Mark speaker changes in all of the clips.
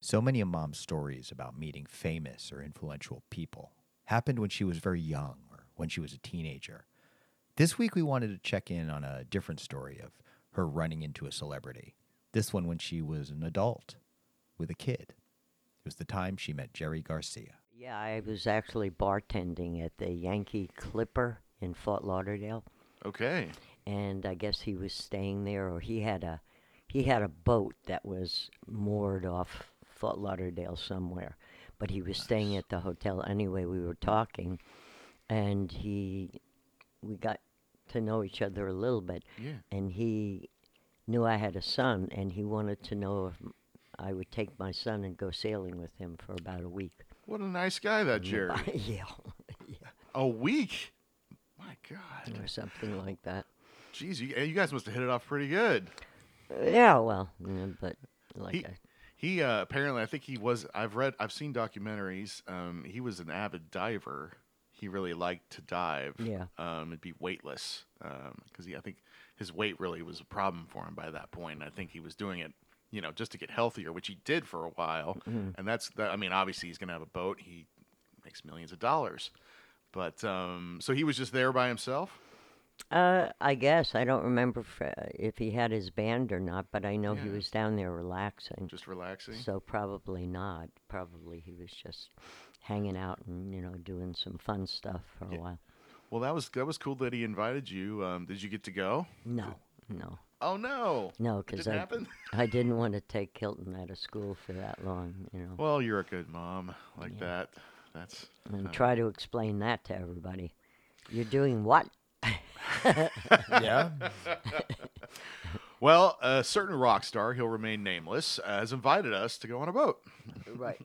Speaker 1: So many of mom's stories about meeting famous or influential people happened when she was very young or when she was a teenager. This week, we wanted to check in on a different story of her running into a celebrity. This one when she was an adult with a kid. It was the time she met Jerry Garcia.
Speaker 2: Yeah, I was actually bartending at the Yankee Clipper in Fort Lauderdale,
Speaker 3: Okay.
Speaker 2: and I guess he was staying there, or he had a he had a boat that was moored off Fort Lauderdale somewhere, but he was staying at the hotel anyway. We were talking, and he we got to know each other a little bit,
Speaker 3: Yeah.
Speaker 2: and he knew I had a son, and he wanted to know if I would take my son and go sailing with him for about a week.
Speaker 3: What a nice guy
Speaker 2: Mm.
Speaker 3: that Jerry.
Speaker 2: yeah,
Speaker 3: A week. My God.
Speaker 2: or something like that.
Speaker 3: Jeez, you, you guys must have hit it off pretty good.
Speaker 2: Uh, Yeah, well, mm, but like
Speaker 3: he, he uh, apparently, I think he was. I've read, I've seen documentaries. Um, he was an avid diver. He really liked to dive.
Speaker 2: Yeah.
Speaker 3: Um, it'd be weightless because he I think his weight really was a problem for him by that point. I think he was doing it, you know, just to get healthier, which he did for a while.
Speaker 2: Mm-hmm.
Speaker 3: And that's, that, I mean, obviously he's gonna have a boat. He makes millions of dollars. But um, so he was just there by himself.
Speaker 2: I, uh, I guess I don't remember if, uh, if he had his band or not, but I know he
Speaker 3: Yeah.
Speaker 2: was down there relaxing.
Speaker 3: just relaxing.
Speaker 2: So probably not. Probably he was just hanging out and you know doing some fun stuff for a while.
Speaker 3: Well, that was that was cool that he invited you. Um, did you get to go?
Speaker 2: No, no,
Speaker 3: Oh no,
Speaker 2: no,
Speaker 3: it
Speaker 2: because
Speaker 3: didn't
Speaker 2: I
Speaker 3: happen.
Speaker 2: I didn't want to take Hilton out of school for that long, you know,
Speaker 3: Well, you're a good mom like that. That's
Speaker 2: and try to explain that to everybody. You're doing what?
Speaker 1: Yeah.
Speaker 3: well. A certain rock star, he'll remain nameless, uh, has invited us to go on a boat.
Speaker 2: Right.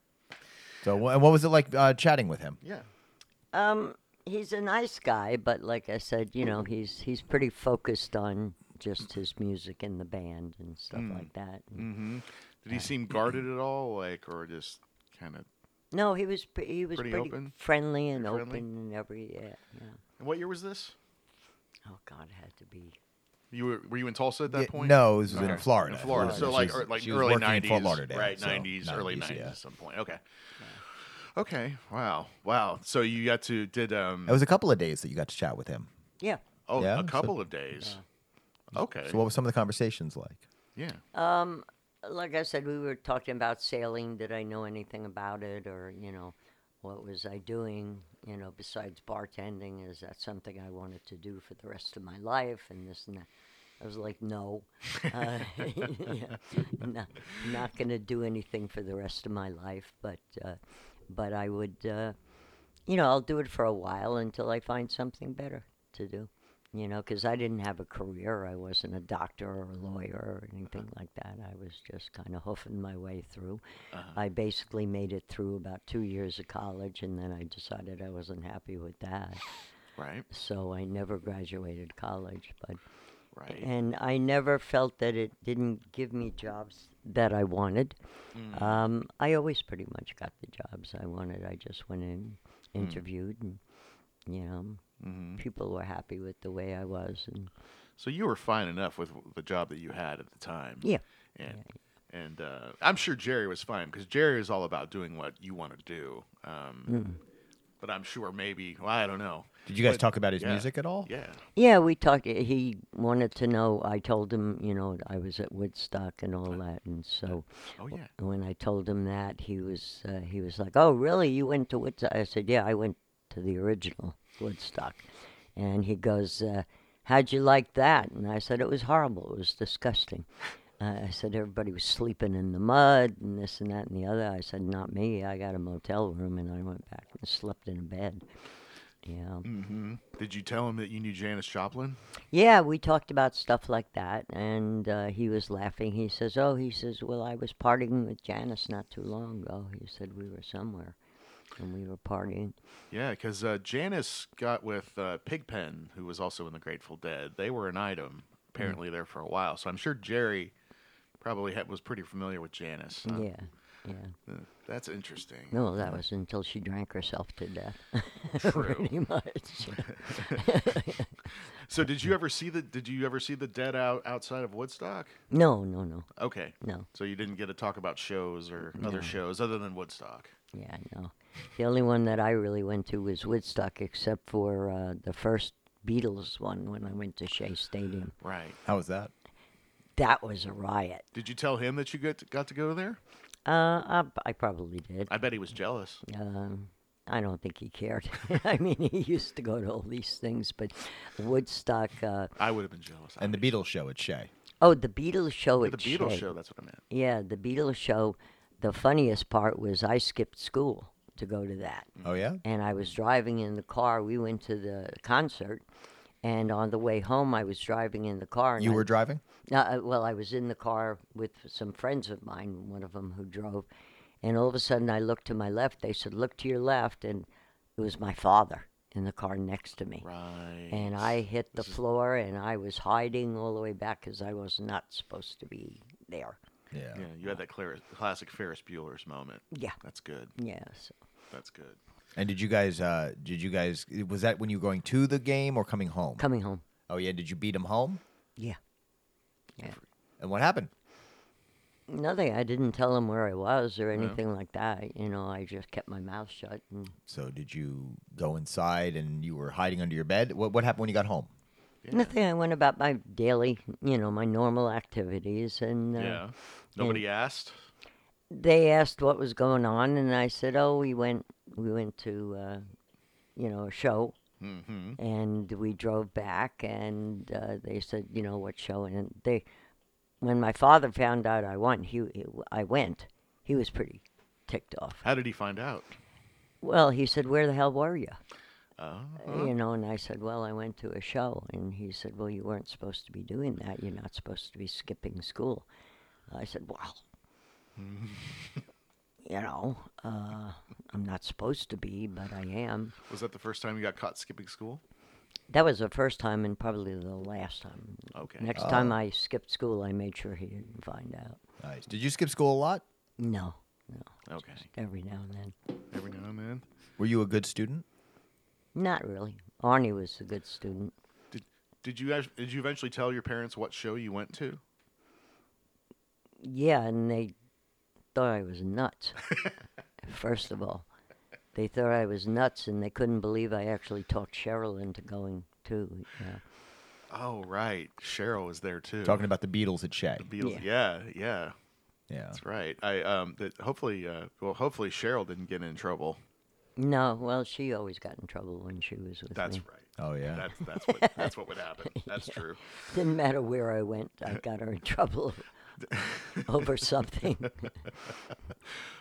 Speaker 1: so, wha- what was it like uh, chatting with him?
Speaker 3: Yeah,
Speaker 2: Um, he's a nice guy, but like I said, you know, he's he's pretty focused on just his music and the band and stuff
Speaker 3: Hmm.
Speaker 2: like that. And
Speaker 3: Mm-hmm. did he seem guarded at all, like, or just kind of?
Speaker 2: No, he was pre- he was
Speaker 3: Pretty
Speaker 2: pretty,
Speaker 3: open?
Speaker 2: friendly and
Speaker 3: Friendly?
Speaker 2: open and every yeah, yeah.
Speaker 3: And what year was this?
Speaker 2: Oh God, it had to be
Speaker 3: You were, were you in Tulsa at that
Speaker 1: Yeah,
Speaker 3: point?
Speaker 1: no, this was
Speaker 3: Okay.
Speaker 1: in Florida.
Speaker 3: In Florida,
Speaker 1: Florida.
Speaker 3: so like,
Speaker 1: She
Speaker 3: or,
Speaker 1: was-
Speaker 3: like
Speaker 1: she was
Speaker 3: early
Speaker 1: working in
Speaker 3: 90s,
Speaker 1: Fort Lauderdale,
Speaker 3: right?
Speaker 1: so
Speaker 3: 90s, early
Speaker 1: 90s,
Speaker 3: 90s,
Speaker 1: yeah.
Speaker 3: at some point. Okay, okay, wow, wow. So you got to did um
Speaker 1: It was a couple of days that you got to chat with him.
Speaker 2: yeah.
Speaker 3: oh
Speaker 1: yeah,
Speaker 3: a
Speaker 1: so-
Speaker 3: couple of days. Okay,
Speaker 1: So, what were some of the conversations like?
Speaker 3: yeah.
Speaker 2: Um, Like I said, we were talking about sailing. Did I know anything about it, or you know, what was I doing? You know, besides bartending, is that something I wanted to do for the rest of my life? And this and that. I was like, no, uh, yeah, no not going to do anything for the rest of my life, but uh, but I would, uh, you know, I'll do it for a while until I find something better to do, you know, because I didn't have a career. I wasn't a doctor or a lawyer or anything like that. I was just kind of hoofing my way through. I basically made it through about two years of college, and then I decided I wasn't happy with that,
Speaker 3: Right,
Speaker 2: so I never graduated college, but.
Speaker 3: right.
Speaker 2: And I never felt that it didn't give me jobs that I wanted.
Speaker 3: Mm-hmm.
Speaker 1: uh,
Speaker 2: Um, I always pretty much got the jobs I wanted. I just went in, interviewed, and you know,
Speaker 3: Mm-hmm. Mm.
Speaker 2: people were happy with the way I was. And
Speaker 3: So you were fine enough with the job that you had at the time.
Speaker 2: yeah,
Speaker 3: And and uh, I'm sure Jerry was fine because Jerry is all about doing what you want to do. Um,
Speaker 2: Mm-hmm.
Speaker 3: But I'm sure maybe well, I don't know.
Speaker 1: Did you guys
Speaker 3: But-
Speaker 1: talk about his
Speaker 3: yeah,
Speaker 1: music at
Speaker 2: Oh.
Speaker 1: all?
Speaker 3: Yeah.
Speaker 2: yeah. We talked. eh, He wanted to know. I told him, you know, I was at Woodstock and all that, and so.
Speaker 3: Oh yeah.
Speaker 2: when I told him that, he was uh, he was like, "Oh, really? You went to Woodstock?" I said, "Yeah, I went to the original Woodstock." And he goes, uh, "How'd you like that?" And I said, "It was horrible. It was disgusting." Uh, I said, "Everybody was sleeping in the mud and this and that and the other." I said, "Not me. I got a motel room and I went back and slept in a bed." Yeah.
Speaker 3: Mm-hmm. Did you tell him that you knew Janis Joplin?
Speaker 2: Yeah, we talked about stuff like that, and uh, he was laughing. He says, "Oh, he says, well, I was partying with Janice not too long ago." He said we were somewhere, and we were partying.
Speaker 3: Yeah, because uh, Janis got with uh, Pigpen, who was also in the Grateful Dead. They were an item apparently there for a while. So I'm sure Jerry probably had, was pretty familiar with Janis. huh?
Speaker 2: Yeah, yeah.
Speaker 3: Uh, That's interesting.
Speaker 2: No, that was until she drank herself to death,
Speaker 3: True.
Speaker 2: pretty much.
Speaker 3: So did you ever see the did you ever see the dead out outside of Woodstock?
Speaker 2: No, no, no.
Speaker 3: Okay.
Speaker 2: No.
Speaker 3: So you didn't get to talk about shows or other shows other than Woodstock.
Speaker 2: Yeah, no. The only one that I really went to was Woodstock, except for uh, the first Beatles one when I went to Shea Stadium.
Speaker 3: Right.
Speaker 1: How was that?
Speaker 2: That was a riot.
Speaker 3: Did you tell him that you got to, got to go there?
Speaker 2: Uh, I, I probably did.
Speaker 3: I bet he was jealous.
Speaker 2: Um, I don't think he cared. I mean, he used to go to all these things, but Woodstock. Uh,
Speaker 3: I would have been jealous.
Speaker 1: And the Beatles show at Shea.
Speaker 2: oh, the Beatles show
Speaker 3: the
Speaker 2: at
Speaker 3: Beatles
Speaker 2: Shea.
Speaker 3: show. That's what I meant.
Speaker 2: Yeah, the Beatles show. The funniest part was I skipped school to go to that.
Speaker 3: Mm. Mm-hmm.
Speaker 1: Oh yeah.
Speaker 2: and I was driving in the car. We went to the concert, and on the way home, I was driving in the car. And
Speaker 1: You
Speaker 2: I-
Speaker 1: were driving.
Speaker 2: No, uh, well, I was in the car with some friends of mine. One of them who drove, and all of a sudden, I looked to my left. They said, "Look to your left," and it was my father in the car next to me.
Speaker 3: Right.
Speaker 2: And uh, I hit the floor, and I was hiding all the way back because I was not supposed to be there.
Speaker 1: Yeah.
Speaker 3: Yeah, you had that clear, classic Ferris Bueller's moment.
Speaker 2: Yeah.
Speaker 3: That's good.
Speaker 2: Yeah. So.
Speaker 3: That's good.
Speaker 1: And did you guys? Uh, did you guys? Was that when you were going to the game or coming home?
Speaker 2: Coming home.
Speaker 1: oh yeah. Did you beat them home?
Speaker 2: Yeah. Yeah.
Speaker 1: And what happened?
Speaker 2: Nothing. I didn't tell him where I was or anything like that. You know, I just kept my mouth shut. And
Speaker 1: So did you go inside and you were hiding under your bed? What What happened when you got home?
Speaker 2: nothing. I went about my daily, you know, my normal activities. And uh,
Speaker 3: yeah. Nobody asked.
Speaker 2: they asked what was going on, and I said, "Oh, we went, we went to, uh, you know, a show,
Speaker 3: Mm-hmm.
Speaker 2: and we drove back." And uh, they said, "You know what show?" And they, when my father found out I went, he, I went, he was pretty ticked off.
Speaker 3: How did he find out?
Speaker 2: Well, he said, "Where the hell were you?"
Speaker 3: Oh,
Speaker 2: you know and i said well i went to a show and he said well you weren't supposed to be doing that you're not supposed to be skipping school i said well you know uh, i'm not supposed to be but i am
Speaker 3: was that the first time you got caught skipping school?
Speaker 2: that was the first time and probably the last time
Speaker 3: Okay.
Speaker 2: next time i skipped school i made sure he didn't find out
Speaker 1: Nice. Did you skip school a lot?
Speaker 2: no no
Speaker 3: Okay.
Speaker 2: every now and then
Speaker 3: Every now and then.
Speaker 1: Were you a good student?
Speaker 2: not really arnie was a good student
Speaker 3: Did did you guys- did you eventually tell your parents what show you went to?
Speaker 2: Yeah, and they thought I was nuts. First of all, they thought I was nuts, and they couldn't believe I actually talked Cheryl into going too. Yeah.
Speaker 3: Oh, right. Cheryl was there too.
Speaker 1: Talking about the Beatles at Shea.
Speaker 3: Beatles. Yeah. yeah,
Speaker 1: Yeah.
Speaker 3: That's right. I um that hopefully uh well hopefully Cheryl didn't get in trouble.
Speaker 2: No, well, she always got in trouble when she was with
Speaker 3: That's
Speaker 2: me.
Speaker 3: right.
Speaker 1: Oh yeah.
Speaker 3: That's that's what that's what would happen. That's true.
Speaker 2: Didn't matter where I went, I got her in trouble over something.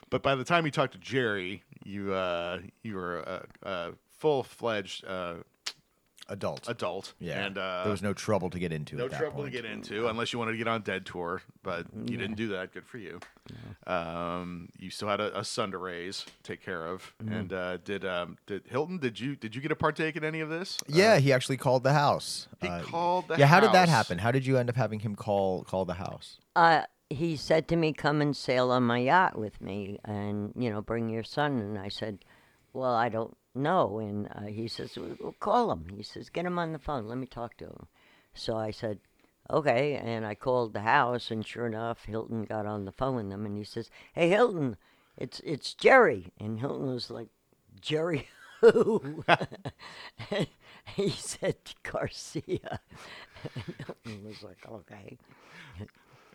Speaker 3: But by the time you talked to Jerry, you uh, you were a, a full fledged uh,
Speaker 1: Adult.
Speaker 3: adult.
Speaker 1: yeah.
Speaker 3: and uh,
Speaker 1: there was no trouble to get into.
Speaker 3: no
Speaker 1: at that
Speaker 3: trouble
Speaker 1: point.
Speaker 3: to get into unless you wanted to get on Dead Tour, but you didn't do that. Good for you. Um, you still had a, a son to raise, take care of,
Speaker 1: Mm-hmm.
Speaker 3: and uh, did um, did Hilton? Did you did you get a partake in any of this? Uh,
Speaker 1: Yeah, he actually called the house. Uh,
Speaker 3: He called the
Speaker 1: Yeah, how did that
Speaker 3: house.
Speaker 1: happen? How did you end up having him call call the house?
Speaker 2: uh, he said to me, "Come and sail on my yacht with me, and you know, bring your son." And I said, "Well, I don't know." And uh, he says, well, well, "Call him." He says, "Get him on the phone. Let me talk to him." So I said, "Okay," and I called the house, and sure enough, Hilton got on the phone with them, and he says, "Hey, Hilton, it's it's Jerry." And Hilton was like, "Jerry." Who? he said Garcia. And Hilton was like, okay.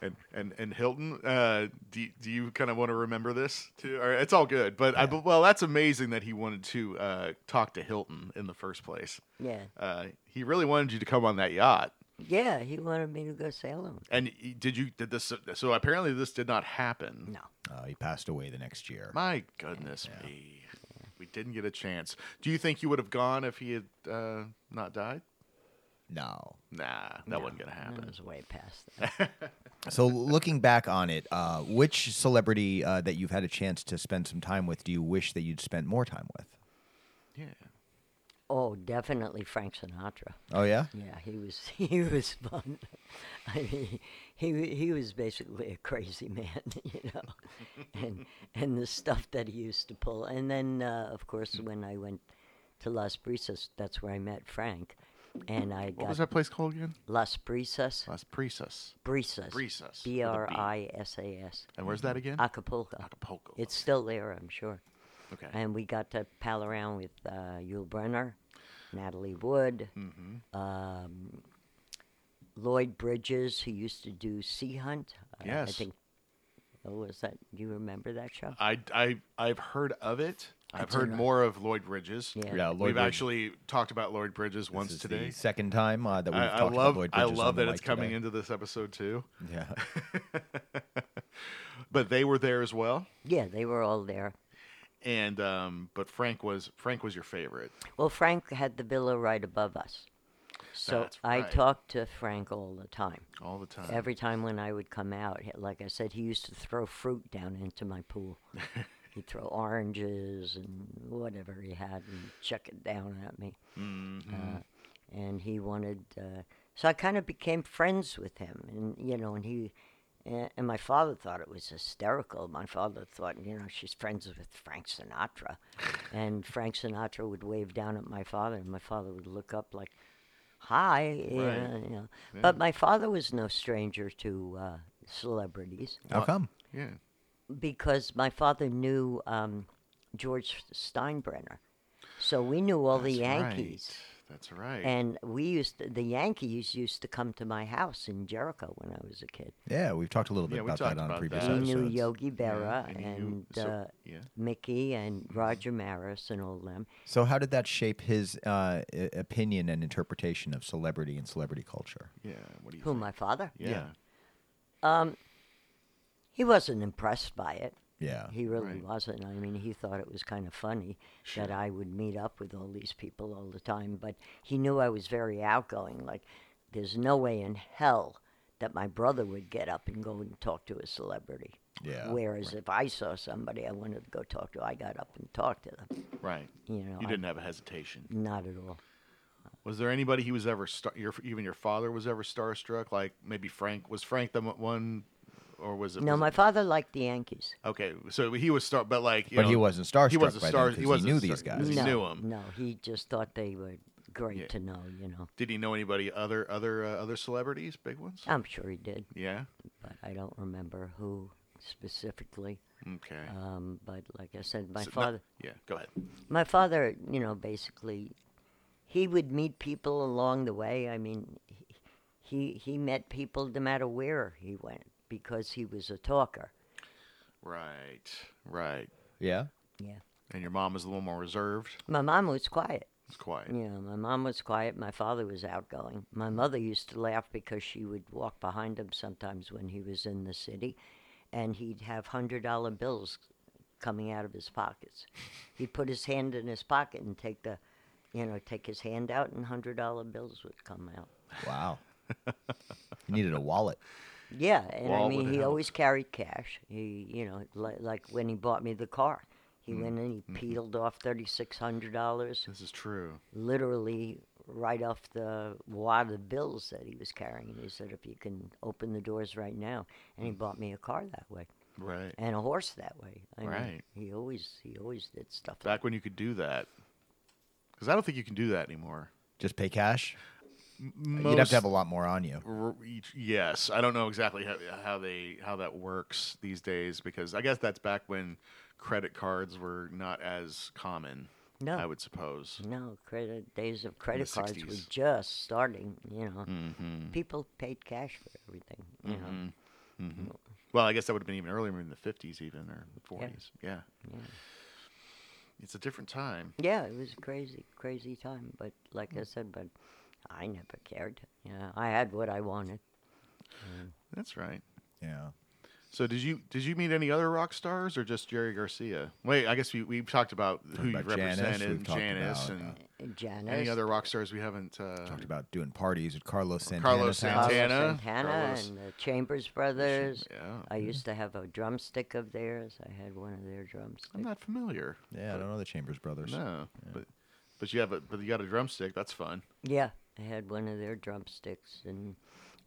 Speaker 3: And and and Hilton, uh, do do you kind of want to remember this too? Or it's all good, but I, but- well, that's amazing that he wanted to uh, talk to Hilton in the first place.
Speaker 2: Yeah.
Speaker 3: Uh, he really wanted you to come on that yacht.
Speaker 2: Yeah, he wanted me to go sail him.
Speaker 3: And y- did you did this? So apparently this did not happen.
Speaker 2: No.
Speaker 1: Uh, he passed away the next year.
Speaker 3: My goodness me, we didn't get a chance. Do you think you would have gone if he had uh, not died?
Speaker 1: No.
Speaker 3: Nah, that wasn't gonna
Speaker 2: That
Speaker 3: happen.
Speaker 2: was way past that.
Speaker 1: So looking back on it, uh, which celebrity uh, that you've had a chance to spend some time with do you wish that you'd spent more time with?
Speaker 3: Yeah,
Speaker 2: oh, definitely Frank Sinatra.
Speaker 1: Oh yeah.
Speaker 2: Yeah, he was he was fun. I mean, he wa- he was basically a crazy man, you know, and and the stuff that he used to pull.
Speaker 3: Hmm.
Speaker 2: And then, uh, of course, when I went to Las Brisas, that's where I met Frank, and I
Speaker 3: What was
Speaker 2: got
Speaker 3: that place called again?
Speaker 2: Las Brisas.
Speaker 3: Las Brisas.
Speaker 2: Brisas.
Speaker 3: Brisas, with a B.
Speaker 2: B R I S A S.
Speaker 3: And where's that
Speaker 2: Mm-hmm.
Speaker 3: again?
Speaker 2: Acapulco.
Speaker 3: Acapulco.
Speaker 2: It's still there, I'm sure.
Speaker 3: okay.
Speaker 2: And we got to pal around with uh, Yul Brenner, Natalie Wood,
Speaker 3: Mm-hmm.
Speaker 2: um, Lloyd Bridges, who used to do Sea Hunt. Uh, I- I
Speaker 3: Yes.
Speaker 2: think. Oh, was that? Do you remember that show?
Speaker 3: I I I've heard of it. I've
Speaker 2: That's all
Speaker 3: heard
Speaker 2: right.
Speaker 3: more of Lloyd Bridges. Uh,
Speaker 2: Yeah.
Speaker 1: Yeah, Lloyd
Speaker 3: We've
Speaker 1: Bridges.
Speaker 3: actually talked about Lloyd Bridges
Speaker 1: This
Speaker 3: once
Speaker 1: is
Speaker 3: today.
Speaker 1: the second time uh, that we've
Speaker 3: I,
Speaker 1: talked
Speaker 3: I love
Speaker 1: about Lloyd
Speaker 3: I
Speaker 1: Bridges.
Speaker 3: love
Speaker 1: on the
Speaker 3: that it's
Speaker 1: mic
Speaker 3: coming
Speaker 1: today.
Speaker 3: into this episode too.
Speaker 1: Yeah.
Speaker 3: But they were there as well.
Speaker 2: Yeah, they were all there.
Speaker 3: And um, but Frank was Frank was your favorite.
Speaker 2: Well, Frank had the villa right above us. So
Speaker 3: That's
Speaker 2: I
Speaker 3: right.
Speaker 2: talked to Frank all the time.
Speaker 3: all the time.
Speaker 2: Every time when I would come out, he- like I said, he used to throw fruit down into my pool. He'd throw oranges and whatever he had and chuck it down at me.
Speaker 3: Mm-hmm.
Speaker 2: Uh, and he wanted, uh, so I kind of became friends with him. And, you know, and he, a- and my father thought it was hysterical. My father thought, you know, she's friends with Frank Sinatra. and Frank Sinatra would wave down at my father, and my father would look up like, hi. uh, you
Speaker 3: Right.
Speaker 2: know, you know. But my father was no stranger to uh, celebrities
Speaker 3: Oh.
Speaker 1: How come?
Speaker 3: yeah.
Speaker 2: because my father knew um, George Steinbrenner. So we knew all the
Speaker 3: That's right.
Speaker 2: Yankees.
Speaker 3: That's right.
Speaker 2: And we used to, the Yankees used to come to my house in Jericho when I was a kid.
Speaker 1: Yeah, we've talked a little bit
Speaker 3: Yeah, we
Speaker 1: about
Speaker 3: talked
Speaker 1: that on
Speaker 3: about
Speaker 1: previous
Speaker 3: that.
Speaker 2: We knew
Speaker 1: episodes.
Speaker 2: Yogi Berra
Speaker 3: and you-
Speaker 2: and
Speaker 3: so- Mm-hmm.
Speaker 2: uh,
Speaker 3: yeah.
Speaker 2: Mickey and Roger Maris and all them.
Speaker 1: So, how did that shape his uh, i- opinion and interpretation of celebrity and celebrity culture?
Speaker 3: yeah. What do you
Speaker 2: Who,
Speaker 3: think?
Speaker 2: my father? Um,
Speaker 3: Yeah.
Speaker 1: Yeah.
Speaker 2: He wasn't impressed by it.
Speaker 1: Yeah,
Speaker 2: He really
Speaker 3: Right.
Speaker 2: wasn't. I mean, he thought it was kind of funny that I would meet up with all these people all the time, but he knew I was very outgoing. Like, there's no way in hell that my brother would get up and go and talk to a celebrity.
Speaker 1: Yeah,
Speaker 2: Whereas if I saw somebody I wanted to go talk to, I got up and talked to them.
Speaker 3: Right.
Speaker 2: You know,
Speaker 3: You
Speaker 2: I-
Speaker 3: didn't have a hesitation.
Speaker 2: Not at all.
Speaker 3: Was there anybody he was ever star- your even your father was ever starstruck? Like maybe Frank was Frank the mo- one, or was it?
Speaker 2: No,
Speaker 3: was
Speaker 2: my
Speaker 3: it-
Speaker 2: father liked the Yankees.
Speaker 3: okay, so he was star, but like, you
Speaker 1: But he
Speaker 3: know,
Speaker 1: wasn't starstruck
Speaker 3: He wasn't
Speaker 1: by them
Speaker 3: star.
Speaker 1: 'cause he
Speaker 3: wasn't
Speaker 1: knew
Speaker 3: star-
Speaker 1: these guys.
Speaker 3: 'cause He
Speaker 2: no,
Speaker 3: knew him.
Speaker 2: No, he just thought they were great
Speaker 3: Yeah.
Speaker 2: to know, you know.
Speaker 3: Did he know anybody other other uh, other celebrities, big ones?
Speaker 2: I'm sure he did,
Speaker 3: yeah.
Speaker 2: but I don't remember who specifically.
Speaker 3: Okay.
Speaker 2: Um, but like I said, my
Speaker 3: So not-
Speaker 2: father,
Speaker 3: yeah. Go ahead.
Speaker 2: my father, you know, basically, he would meet people along the way. I mean, he he, he met people no matter where he went because he was a talker.
Speaker 3: Right. Right.
Speaker 1: Yeah,
Speaker 2: Yeah,
Speaker 3: And your mom was a little more reserved.
Speaker 2: my mom was quiet.
Speaker 3: It's quiet.
Speaker 2: You know, my mom was quiet. My father was outgoing. My
Speaker 3: Mm-hmm.
Speaker 2: mother used to laugh because she would walk behind him sometimes when he was in the city, and he'd have hundred dollar bills coming out of his pockets. He'd put his hand in his pocket and take the, you know, take his hand out, and hundred dollar bills would come out.
Speaker 1: wow. he needed a wallet.
Speaker 2: Yeah, and I
Speaker 3: Wall
Speaker 2: mean,
Speaker 3: would
Speaker 2: he
Speaker 3: help.
Speaker 2: always carried cash. He, you know, li- like when he bought me the car, he
Speaker 3: Mm-hmm.
Speaker 2: went and he peeled off thirty six hundred dollars.
Speaker 3: This is true.
Speaker 2: literally right off the wad of bills that he was carrying. And he said, if you can open the doors right now. And
Speaker 3: Mm.
Speaker 2: he bought me a car that way
Speaker 3: Right.
Speaker 2: and a horse that way. I mean,
Speaker 3: Right.
Speaker 2: he always he always did stuff like
Speaker 3: Back when you could do that, because I don't think you can do that anymore.
Speaker 1: Just pay cash.
Speaker 3: Most,
Speaker 1: You'd have to have a lot more on you.
Speaker 3: R- each- Yes, I don't know exactly how, how they how that works these days because I guess that's back when credit cards were not as common.
Speaker 2: No.
Speaker 3: I would suppose.
Speaker 2: No, credit days of credit cards were
Speaker 3: 60s.
Speaker 2: just starting, you know.
Speaker 3: Mm. Mm-hmm.
Speaker 2: People paid cash for everything, you know.
Speaker 3: Well, I guess that would have been even earlier, maybe in the fifties, even or forties. Yeah.
Speaker 2: Yeah.
Speaker 3: it's a different time.
Speaker 2: Yeah, it was a crazy, crazy time. But like I said, but I never cared. You know, I had what I wanted.
Speaker 3: That's right.
Speaker 1: Yeah.
Speaker 3: So did you did you meet any other rock stars or just Jerry Garcia? Wait, I guess we we talked about who you
Speaker 1: about Janis,
Speaker 3: represented,
Speaker 1: we've
Speaker 3: and
Speaker 1: talked
Speaker 3: Janice,
Speaker 1: about, uh,
Speaker 3: and
Speaker 2: Janice.
Speaker 3: any other rock stars we haven't. Uh,
Speaker 1: Talked about doing parties at Carlos Santana's
Speaker 3: Carlos
Speaker 1: house.
Speaker 3: Santana.
Speaker 2: Carlos Santana
Speaker 3: Carlos-
Speaker 2: and the Chambers Brothers.
Speaker 3: yeah, Mm-hmm.
Speaker 2: I used to have a drumstick of theirs. I had one of their
Speaker 3: I'm
Speaker 2: drumsticks.
Speaker 3: not familiar.
Speaker 1: Yeah, I don't know the Chambers brothers.
Speaker 3: No, but but you have a but you got a drumstick. That's fun.
Speaker 2: Yeah, I had one of their drumsticks, and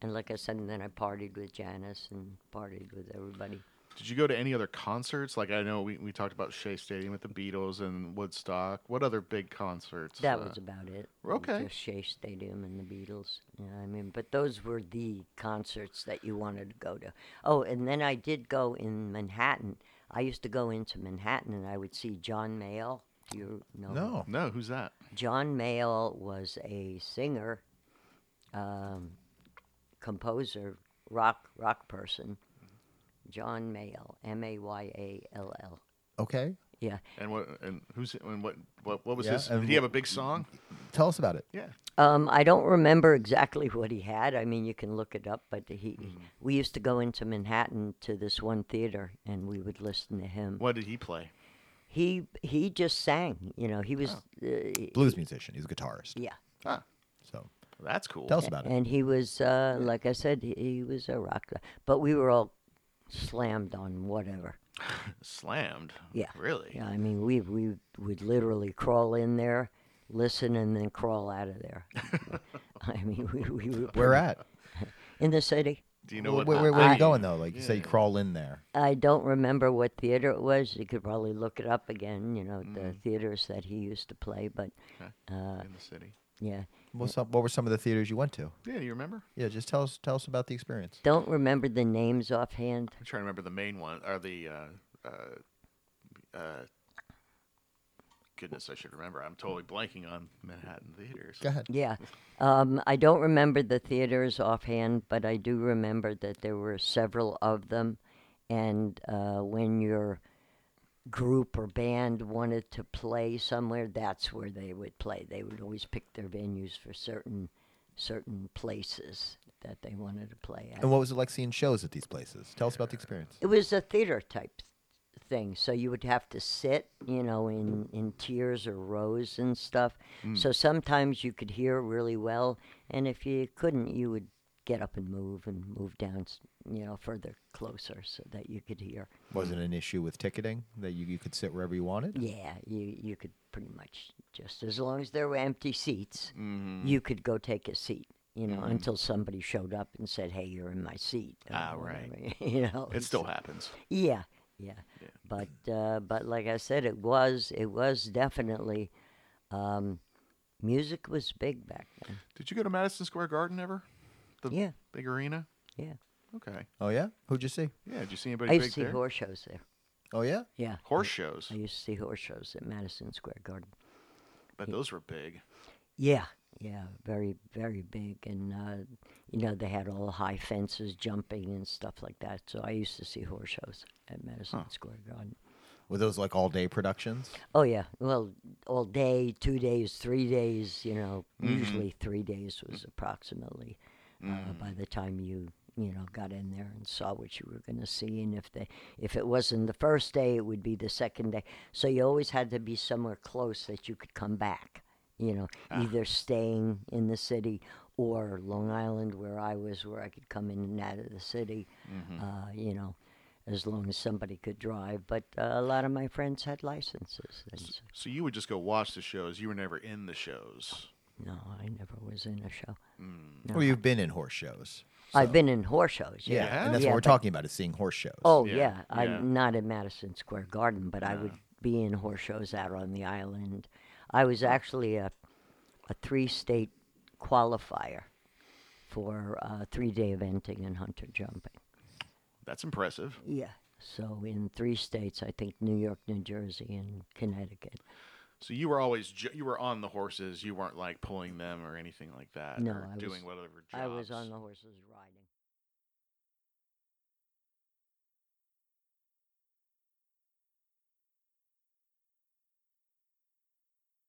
Speaker 2: and like I said, and then I partied with Janice and partied with everybody.
Speaker 3: Did you go to any other concerts? Like I know we, we talked about Shea Stadium with the Beatles and Woodstock. What other big concerts?
Speaker 2: That
Speaker 3: uh,
Speaker 2: was about it.
Speaker 3: okay.
Speaker 2: Just Shea Stadium and the Beatles. Yeah, I mean, but those were the concerts that you wanted to go to. Oh, and then I did go in Manhattan. I used to go into Manhattan and I would see John Mayall. Do you know? who-
Speaker 1: No.
Speaker 3: no. Who's that?
Speaker 2: John Mayall was a singer, um, composer, rock rock person. John Mayall, M A Y A L L.
Speaker 1: Okay.
Speaker 2: Yeah.
Speaker 3: And what and who's and what what, what was
Speaker 1: Yeah,
Speaker 3: his?
Speaker 1: and
Speaker 3: Did he have a big song?
Speaker 1: Tell us about it.
Speaker 3: Yeah.
Speaker 2: Um, I don't remember exactly what he had. I mean, you can look it up, but he.
Speaker 1: Mm-hmm.
Speaker 2: We used to go into Manhattan to this one theater, and we would listen to him.
Speaker 3: What did he play?
Speaker 2: He he just sang. You know, he was.
Speaker 1: Oh.
Speaker 2: Uh,
Speaker 1: Blues musician. He's a guitarist.
Speaker 2: yeah.
Speaker 3: Huh.
Speaker 1: So
Speaker 3: That's cool.
Speaker 1: tell us about it.
Speaker 2: And he was, uh, like I said, he, he was a rock. star. But we were all slammed on whatever.
Speaker 3: Slammed.
Speaker 2: Yeah.
Speaker 3: Really.
Speaker 2: Yeah, I mean, we we would literally crawl in there, listen, and then crawl out of there. I mean, we, we were
Speaker 1: Where at?
Speaker 2: in the city.
Speaker 3: Do you know
Speaker 1: Where,
Speaker 3: what?
Speaker 1: where, where
Speaker 3: I-
Speaker 1: are you going though? Like you say, you
Speaker 3: Yeah.
Speaker 1: crawl in there.
Speaker 2: I don't remember what theater it was. You could probably look it up again. You know,
Speaker 1: Mm.
Speaker 2: the theaters that he used to play. But
Speaker 3: Okay.
Speaker 2: uh,
Speaker 3: In the city.
Speaker 2: yeah,
Speaker 1: What's up? What were some of the theaters you went to?
Speaker 3: Yeah. Do you remember?
Speaker 1: Yeah, just tell us tell us about the experience.
Speaker 2: don't remember the names offhand.
Speaker 3: I'm trying to remember the main one or the. Uh, uh, uh, goodness, I should remember. I'm totally blanking on Manhattan theaters.
Speaker 1: Go ahead.
Speaker 2: Yeah, um, I don't remember the theaters offhand, but I do remember that there were several of them, and uh, when your group or band wanted to play somewhere, that's where they would play. They would always pick their venues for certain certain places that they wanted to play at.
Speaker 1: And what was it like seeing shows at these places? Tell us about the experience.
Speaker 2: It was a theater type thing, so you would have to sit, you know, in in tiers or rows and stuff.
Speaker 3: Mm.
Speaker 2: So sometimes you could hear really well, and if you couldn't, you would get up and move and move down, s- you know, further closer so that you could hear.
Speaker 1: Was it an issue with ticketing that you, you could sit wherever you wanted?
Speaker 2: Yeah, you you could pretty much just as long as there were empty seats,
Speaker 3: Mm. Mm-hmm.
Speaker 2: you could go take a seat. You know, until somebody showed up and said, "Hey, you're in my seat." or
Speaker 3: Ah, right.
Speaker 2: whatever, you know,
Speaker 3: It
Speaker 2: so-
Speaker 3: still happens.
Speaker 2: Yeah, yeah. But uh, but like I said, it was it was definitely um, music was big back then.
Speaker 3: Did you go to Madison Square Garden ever? The
Speaker 2: Yeah.
Speaker 3: Big arena.
Speaker 2: Yeah,
Speaker 3: Okay.
Speaker 1: Oh yeah? Who'd you see?
Speaker 3: Yeah. Did you see
Speaker 2: I
Speaker 3: anybody
Speaker 2: used to
Speaker 3: big
Speaker 2: see
Speaker 3: there?
Speaker 2: horse shows there.
Speaker 1: Oh yeah?
Speaker 2: Yeah,
Speaker 3: Horse shows.
Speaker 2: I used to see horse shows at Madison Square Garden.
Speaker 3: But those were big.
Speaker 2: Yeah, yeah, very very big, and uh, you know they had all high fences, jumping and stuff like that. So I used to see horse shows at Madison Square Garden.
Speaker 1: Were those like all day productions?
Speaker 2: Oh yeah, well, all day, two days, three days. You know, usually three days was approximately uh, by the time you you know got in there and saw what you were going to see. And if they if it wasn't the first day, it would be the second day. So you always had to be somewhere close that you could come back. You know, either staying in the city or Long Island, where I was, where I could come in and out of the city. Uh, you know. As long as somebody could drive, but uh, a lot of my friends had licenses. And so-
Speaker 3: So you would just go watch the shows. You were never in the shows.
Speaker 2: no, I never was in a show. No.
Speaker 1: Well, you've been in horse shows.
Speaker 2: I've been in horse shows.
Speaker 1: Yeah,
Speaker 2: Yeah.
Speaker 1: and that's
Speaker 2: Yeah,
Speaker 1: what we're
Speaker 2: but-
Speaker 1: talking about is seeing horse shows.
Speaker 2: Oh
Speaker 3: Yeah,
Speaker 2: yeah, I'm
Speaker 3: yeah.
Speaker 2: not in Madison Square Garden, but I would be in horse shows out on the island. I was actually a a three state qualifier for uh, three day eventing and hunter jumping.
Speaker 3: That's impressive.
Speaker 2: Yeah. So in three states, I think New York, New Jersey, and Connecticut.
Speaker 3: So you were always ju- you were on the horses. You weren't like pulling them or anything like that.
Speaker 2: No,
Speaker 3: or
Speaker 2: I was-
Speaker 3: doing whatever jobs.
Speaker 2: I was on the horses riding.